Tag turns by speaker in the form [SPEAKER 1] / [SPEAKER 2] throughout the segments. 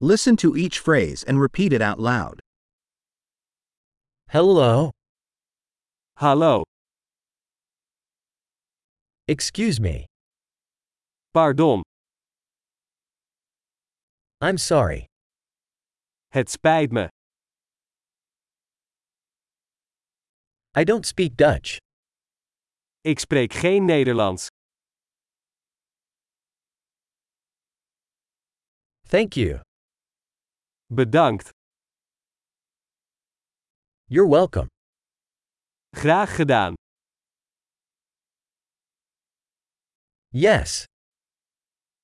[SPEAKER 1] Listen to each phrase and repeat it out loud.
[SPEAKER 2] Hello.
[SPEAKER 3] Hallo,
[SPEAKER 2] Excuse me.
[SPEAKER 3] pardon,
[SPEAKER 2] I'm sorry.
[SPEAKER 3] het spijt me.
[SPEAKER 2] I don't speak Dutch.
[SPEAKER 3] Ik spreek geen Nederlands.
[SPEAKER 2] Thank you.
[SPEAKER 3] Bedankt.
[SPEAKER 2] You're welcome.
[SPEAKER 3] Graag gedaan.
[SPEAKER 2] Yes.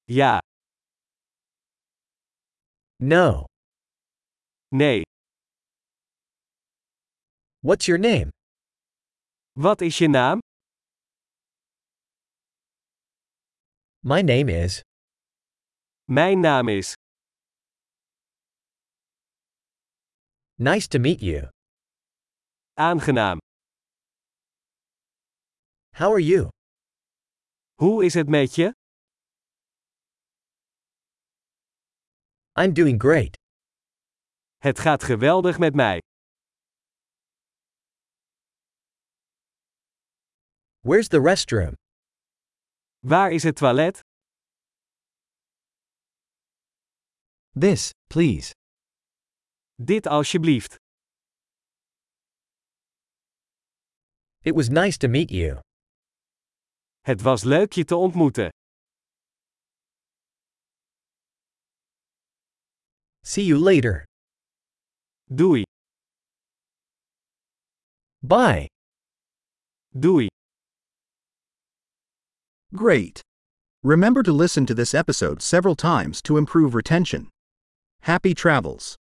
[SPEAKER 3] Ja,
[SPEAKER 2] No.
[SPEAKER 3] nee.
[SPEAKER 2] What's your name?
[SPEAKER 3] Wat is je naam?
[SPEAKER 2] My name is.
[SPEAKER 3] Mijn naam is.
[SPEAKER 2] Nice to meet you.
[SPEAKER 3] Aangenaam.
[SPEAKER 2] How are you?
[SPEAKER 3] Hoe is het met je?
[SPEAKER 2] I'm doing great.
[SPEAKER 3] Het gaat geweldig met mij.
[SPEAKER 2] Where's the restroom?
[SPEAKER 3] Waar is het toilet?
[SPEAKER 2] This, please.
[SPEAKER 3] Dit alsjeblieft.
[SPEAKER 2] It was nice to meet you.
[SPEAKER 3] Het was leuk je te ontmoeten.
[SPEAKER 2] See you later.
[SPEAKER 3] Doei,
[SPEAKER 2] Bye.
[SPEAKER 3] doei.
[SPEAKER 1] Great! Remember to listen to this episode several times to improve retention. Happy travels!